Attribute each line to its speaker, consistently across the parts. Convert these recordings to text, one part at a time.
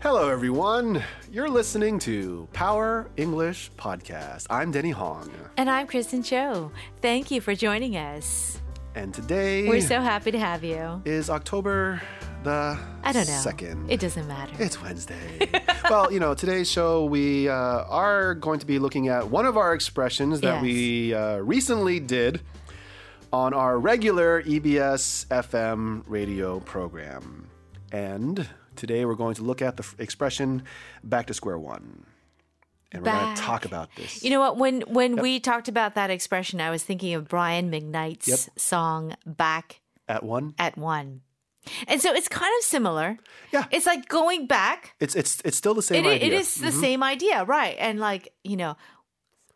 Speaker 1: Hello, everyone. You're listening to Power English Podcast. I'm Denny Hong,
Speaker 2: And I'm Kristen Cho. Thank you for joining us.
Speaker 1: and today
Speaker 2: We're so happy to have you.
Speaker 1: is October the
Speaker 2: I don't know.
Speaker 1: second.
Speaker 2: It doesn't matter.
Speaker 1: It's Wednesday. well, you know, today's show we uh, are going to be looking at one of our expressions that
Speaker 2: Yes.
Speaker 1: we uh, recently did on our regular E EBS FM radio program, and today we're going to look at the f- expression "back to square one," and we're going
Speaker 2: Back.
Speaker 1: to talk about this.
Speaker 2: You know what? When when we talked about that expression, I was thinking of Brian McKnight's song "Back
Speaker 1: at one,
Speaker 2: at One," and so it's kind of similar.
Speaker 1: Yeah.
Speaker 2: it's like going back.
Speaker 1: it's it's it's still the
Speaker 2: It,
Speaker 1: same
Speaker 2: i-
Speaker 1: idea. Mm-hmm.
Speaker 2: it is the same idea, right? And like you know,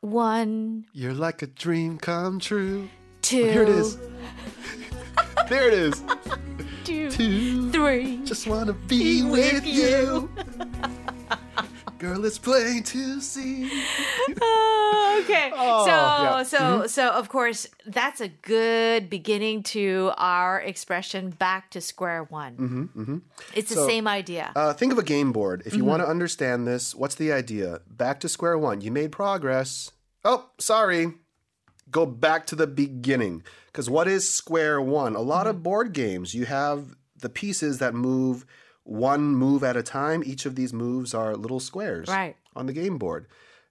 Speaker 2: one,
Speaker 1: You're like a dream come true.
Speaker 2: two,
Speaker 1: Here it is. there it is.
Speaker 2: two,
Speaker 1: Two.
Speaker 2: three.
Speaker 1: Just wanna be with you. Girl, it's plain to see.
Speaker 2: Oh, okay. so,
Speaker 1: yeah. Mm-hmm.
Speaker 2: so, so, of course, that's a good beginning to our expression back to square one. Mm-hmm, It's the same idea.
Speaker 1: Uh, think of a game board. If you want to understand this, what's the idea? Back to square one. You made progress. Oh, sorry. Go back to the beginning. Because what is square one? A lot of board games, you have the pieces that move one move at a time. Each of these moves are little squares
Speaker 2: Right.
Speaker 1: on the game board.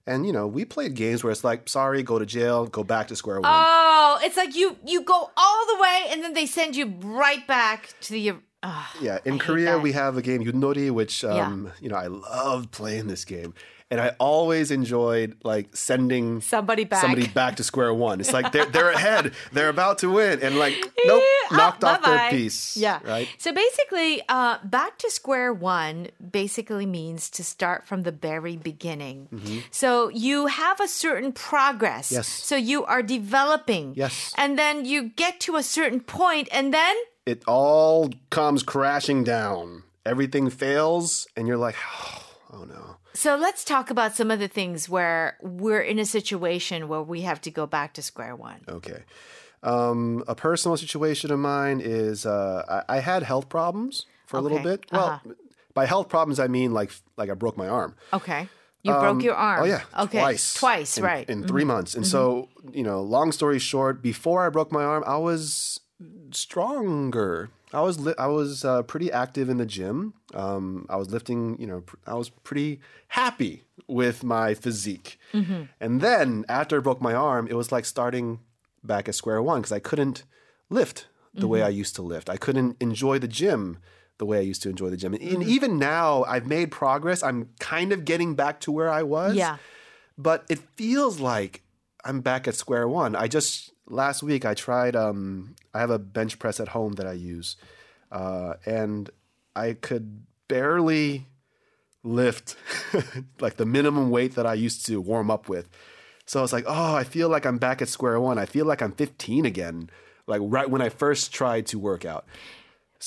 Speaker 1: And, you know, we played games where it's like, sorry, go to jail, go back to square one.
Speaker 2: oh, it's like you you go all the way and then they send you right back to the. ah.
Speaker 1: Yeah, in
Speaker 2: hate
Speaker 1: Korea
Speaker 2: that.
Speaker 1: we have a game Yunori, which um, you know I love playing this game, and I always enjoyed like sending
Speaker 2: Somebody back.
Speaker 1: somebody back to square one. It's like they're they're ahead, they're about to win, and like nope,
Speaker 2: Oh,
Speaker 1: knocked off their
Speaker 2: bye-bye.
Speaker 1: piece.
Speaker 2: Yeah.
Speaker 1: right.
Speaker 2: So basically, uh, back to square one basically means to start from the very beginning. So you have a certain progress.
Speaker 1: Mm-hmm. Yes.
Speaker 2: So you are developing.
Speaker 1: Yes.
Speaker 2: And then you get to a certain point, and then
Speaker 1: It all comes crashing down. Everything fails, and you're like, oh, oh no.
Speaker 2: so let's talk about some of the things where we're in a situation where we have to go back to square one.
Speaker 1: Okay. Um, a personal situation of mine is uh, I, I had health problems for a little
Speaker 2: Okay. Uh-huh.
Speaker 1: bit. Well, by health problems I mean like like I broke my arm.
Speaker 2: Okay. You broke your
Speaker 1: Oh
Speaker 2: arm.
Speaker 1: yeah,
Speaker 2: Okay.
Speaker 1: twice,
Speaker 2: Twice,
Speaker 1: in,
Speaker 2: right. Mm-hmm.
Speaker 1: in 3 months. And so you know, long story short, before I broke my arm, I was stronger. I was li- I was uh, pretty active in the gym. Um, I was lifting. You know, pr- I was pretty happy with my physique.
Speaker 2: Mm-hmm.
Speaker 1: And then after I broke my arm, it was like starting back at square one because I couldn't lift the way
Speaker 2: Mm-hmm.
Speaker 1: I used to lift. I couldn't enjoy the gym the way I used to enjoy the gym. And
Speaker 2: Mm-hmm.
Speaker 1: even now, I've made progress. I'm kind of getting back to where I was
Speaker 2: yeah.
Speaker 1: but it feels like I'm back at square one. I just last week I tried. Um, I have a bench press at home that I use, uh, and I could barely lift like the minimum weight that I used to warm up with. So it's like, oh, I feel like I'm back at square one. I feel like I'm 15 again, like right when I first tried to work out.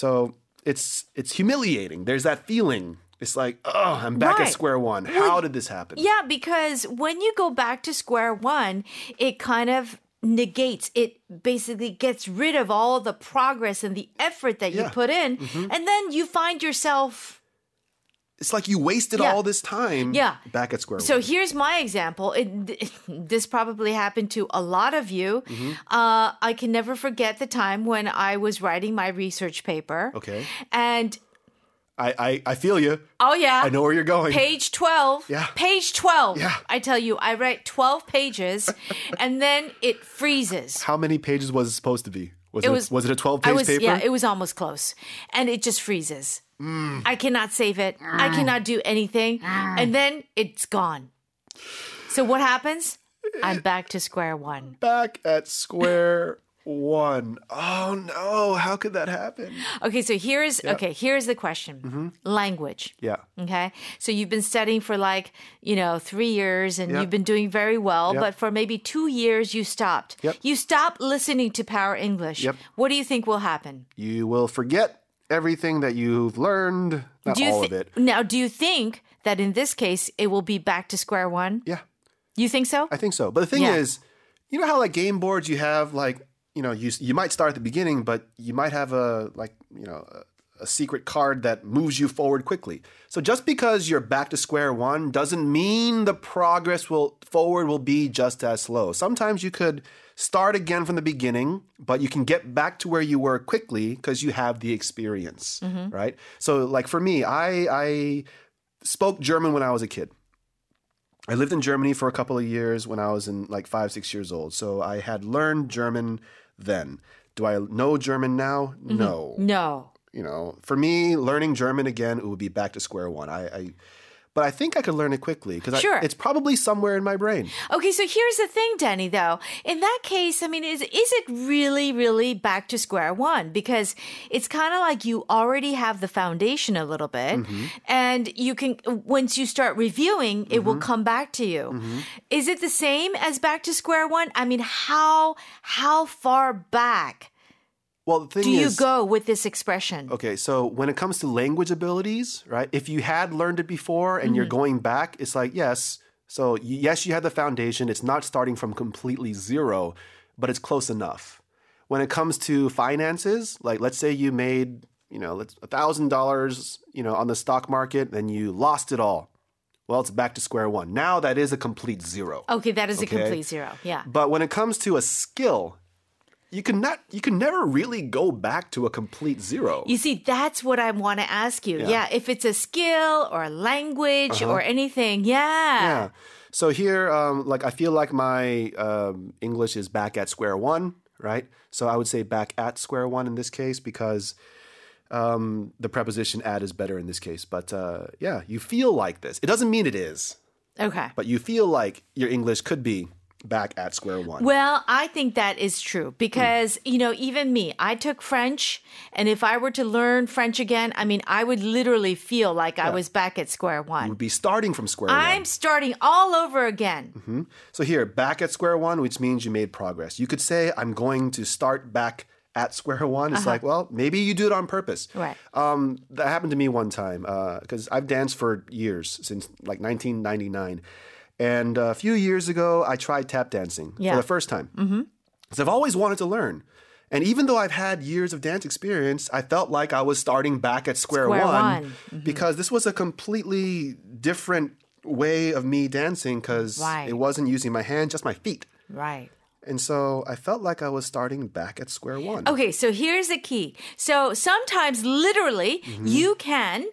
Speaker 1: So it's it's humiliating. There's that feeling. It's like, oh, I'm back at
Speaker 2: Right.
Speaker 1: square one. How did this happen?
Speaker 2: Yeah, because when you go back to square one, it kind of negates it basically gets rid of all the progress and the effort that you
Speaker 1: Yeah. Mm-hmm.
Speaker 2: put in and then you find yourself
Speaker 1: it's like you wasted
Speaker 2: Yeah.
Speaker 1: all this time
Speaker 2: Yeah.
Speaker 1: back at square
Speaker 2: so
Speaker 1: one.
Speaker 2: here's my example it, this probably happened to a lot of you
Speaker 1: Mm-hmm.
Speaker 2: uh, i can never forget the time when i was writing my research paper
Speaker 1: Okay.
Speaker 2: and
Speaker 1: I, I, I feel you.
Speaker 2: oh yeah
Speaker 1: I know where you're going.
Speaker 2: Page 12.
Speaker 1: Yeah.
Speaker 2: Page 12.
Speaker 1: Yeah.
Speaker 2: I tell you, I write 12 pages and then it freezes.
Speaker 1: How many pages was it supposed to be? Was it,
Speaker 2: It
Speaker 1: a-
Speaker 2: was-
Speaker 1: was it a 12
Speaker 2: I
Speaker 1: page
Speaker 2: was
Speaker 1: paper? Mm.
Speaker 2: yeah, it was almost close. And it just freezes. I cannot save it. I cannot do anything. And then it's gone. So what happens?
Speaker 1: Uh,
Speaker 2: I'm back to square one.
Speaker 1: back at square one. Oh no, how could that happen?
Speaker 2: Okay, so here's okay, here's the question.
Speaker 1: Mm-hmm.
Speaker 2: Language.
Speaker 1: Yeah.
Speaker 2: Okay. So you've been studying for like, you know, three years and
Speaker 1: Yep.
Speaker 2: you've been doing very well,
Speaker 1: Yep.
Speaker 2: but for maybe two years you stopped.
Speaker 1: Yep.
Speaker 2: You stopped listening to Power English.
Speaker 1: Yep.
Speaker 2: What do you think will happen?
Speaker 1: You will forget everything that you've learned. Not
Speaker 2: Do you
Speaker 1: all
Speaker 2: thi-
Speaker 1: of it.
Speaker 2: Now, do you think that in this case it will be back to square one?
Speaker 1: Yeah.
Speaker 2: You think so?
Speaker 1: I think so. But the thing
Speaker 2: Yeah.
Speaker 1: is, you know how like game boards you have like you know you you might start at the beginning, but you might have a like you know a, a secret card that moves you forward quickly. So just because you're back to square one doesn't mean the progress will forward will be just as slow. Sometimes you could start again from the beginning, but you can get back to where you were quickly because you have the experience, right? So like for me, I I spoke German when I was a kid. I lived in Germany for a couple of years when I was in like five, six years old. So I had learned German then. Do I know German now?
Speaker 2: Mm-hmm.
Speaker 1: No
Speaker 2: No.
Speaker 1: you know, for me, learning German again, it would be back to square one. I, I but I think I could learn it quickly because
Speaker 2: Sure.
Speaker 1: it's probably somewhere in my brain.
Speaker 2: Okay, so here's the thing, Danny, though. In that case, I mean, is, is it really, really back to square one? Because it's kind of like you already have the foundation a little bit,
Speaker 1: Mm-hmm.
Speaker 2: and you can, once you start reviewing, it will
Speaker 1: Mm-hmm.
Speaker 2: come back to you. Is it the same as back to square one? I mean, how, how far back
Speaker 1: Well, the thing
Speaker 2: do
Speaker 1: is,
Speaker 2: you go with this expression?
Speaker 1: okay, so when it comes to language abilities, right? If you had learned it before and you're going back, it's like yes. So y- yes, you had the foundation. It's not starting from completely zero, but it's close enough. When it comes to finances, like let's say you made you know let's thousand dollars you know on the stock market, then you lost it all. Well, it's back to square one. Now that is a complete zero.
Speaker 2: Okay, that is a
Speaker 1: Okay.
Speaker 2: complete zero. Yeah.
Speaker 1: But when it comes to a skill, you can not you can never really go back to a complete zero.
Speaker 2: You see, that's what I want to ask you. Yeah. if it's a skill or a language or anything. Yeah.
Speaker 1: yeah. So here, um, like I feel like my um, English is back at square one, right? So I would say back at square one in this case because um, the preposition at is better in this case. But uh, yeah, you feel like this. It doesn't mean it is,
Speaker 2: Okay.
Speaker 1: but you feel like your English could be back at square one.
Speaker 2: Well, I think that is true because, you know, even me, I took French. And if I were to learn French again, I mean, I would literally feel like I was back at square one.
Speaker 1: Be starting from square one.
Speaker 2: I'm starting all over again.
Speaker 1: So here, back at square one, which means you made progress. You could say, I'm going to start back at square one. It's like, well, maybe you do it on purpose.
Speaker 2: Uh-huh. Right.
Speaker 1: Um, that happened to me one time because I've danced for years, since like 1999. And uh, a few years ago, I tried tap dancing
Speaker 2: Yeah.
Speaker 1: for the first time. Mm-hmm. I've always wanted to learn. And even though I've had years of dance experience, I felt like I was starting back at square,
Speaker 2: Square
Speaker 1: one,
Speaker 2: one.
Speaker 1: because this was a completely different way of me dancing because
Speaker 2: Right.
Speaker 1: it wasn't using my hand, just my feet.
Speaker 2: Right.
Speaker 1: And so I felt like I was starting back at square one.
Speaker 2: Okay, so here's the key. So sometimes, literally,
Speaker 1: Mm-hmm.
Speaker 2: you can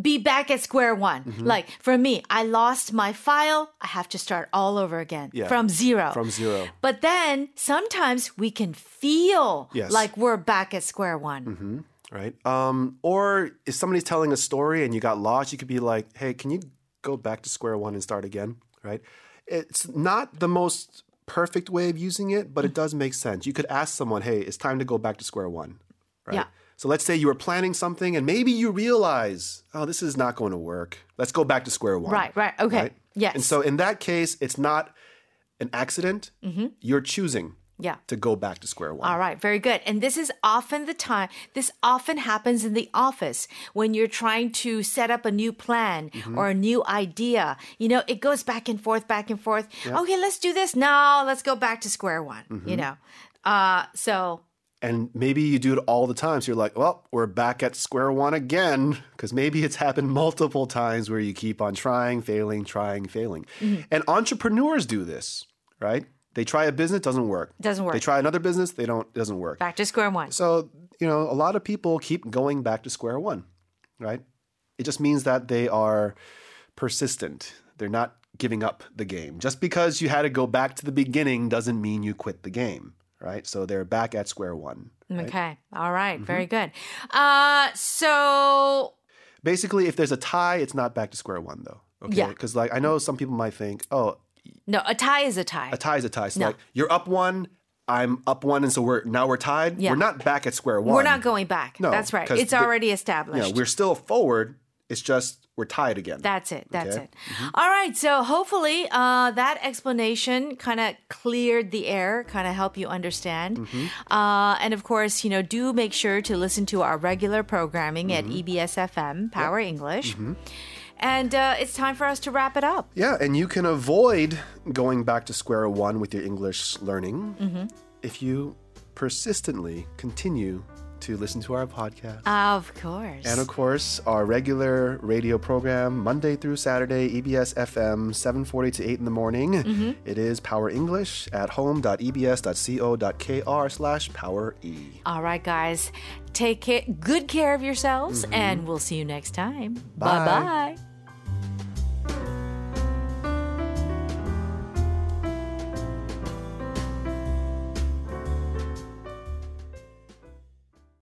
Speaker 2: be back at square one.
Speaker 1: Mm-hmm.
Speaker 2: Like for me, I lost my file. I have to start all over again
Speaker 1: Yeah,
Speaker 2: from zero.
Speaker 1: from zero.
Speaker 2: But then sometimes we can feel
Speaker 1: Yes. Mm-hmm.
Speaker 2: like we're back at square one.
Speaker 1: Right? Um, or if somebody's telling a story and you got lost, you could be like, hey, can you go back to square one and start again? Right? It's not the most perfect way of using it, but it does make sense. You could ask someone, hey, it's time to go back to square one. Right?
Speaker 2: Yeah.
Speaker 1: So let's say you were planning something and maybe you realize, oh, this is not going to work. Let's go back to square one.
Speaker 2: Right, right. Okay.
Speaker 1: right?
Speaker 2: Yes.
Speaker 1: And so in that case, it's not an accident.
Speaker 2: Mm-hmm.
Speaker 1: You're choosing
Speaker 2: yeah.
Speaker 1: to go back to square one.
Speaker 2: All right, very good. And this is often the time, this often happens in the office when you're trying to set up a new plan
Speaker 1: Mm-hmm.
Speaker 2: or a new idea. You know, it goes back and forth, back and forth. Okay, let's do this. No, let's go back to square one,
Speaker 1: Mm-hmm.
Speaker 2: you know. Uh, so,
Speaker 1: And maybe you do it all the time. So you're like, well, we're back at square one again. Because maybe it's happened multiple times where you keep on trying, failing, trying, failing.
Speaker 2: Mm-hmm.
Speaker 1: And entrepreneurs do this, right? They try a business, doesn't work.
Speaker 2: Doesn't work.
Speaker 1: They try another business, they don't doesn't work.
Speaker 2: back to square one.
Speaker 1: So, you know, a lot of people keep going back to square one, right? It just means that they are persistent. They're not giving up the game. Just because you had to go back to the beginning doesn't mean you quit the game, right? So they're back at square one.
Speaker 2: Okay. All right,
Speaker 1: Mm-hmm.
Speaker 2: Very good. Uh, so,
Speaker 1: Basically, if there's a tie, it's not back to square one though. Okay.
Speaker 2: Yeah.
Speaker 1: Because like I know some people might think, oh,
Speaker 2: no, a tie is a tie.
Speaker 1: a tie is a tie. So like you're up one, I'm up one, and so we're now we're tied.
Speaker 2: Yeah.
Speaker 1: We're not back at square one.
Speaker 2: We're not going back.
Speaker 1: No,
Speaker 2: That's right.
Speaker 1: 'cause
Speaker 2: It's
Speaker 1: the-
Speaker 2: already
Speaker 1: Yeah,
Speaker 2: established.
Speaker 1: we're still forward. It's just we're tied again.
Speaker 2: That's it. That's
Speaker 1: Okay.
Speaker 2: it. All right. So hopefully uh, that explanation kind of cleared the air, kind of helped you understand. Uh, and of course, you know, do make sure to listen to our regular programming at E EBSFM Power English. And uh, it's time for us to wrap it up.
Speaker 1: Yeah, and you can avoid going back to square
Speaker 2: Mm-hmm.
Speaker 1: one with your English learning if you persistently continue to listen to our podcast.
Speaker 2: Of course.
Speaker 1: And of course, our regular radio program, Monday through Saturday, E EBS FM, 7.40 to 8 in the morning. It is Power English at E home.ebs.co.kr slash power E.
Speaker 2: All right, guys. Take ca- good care of yourselves, and we'll see you next time.
Speaker 1: Bye.
Speaker 2: Bye bye.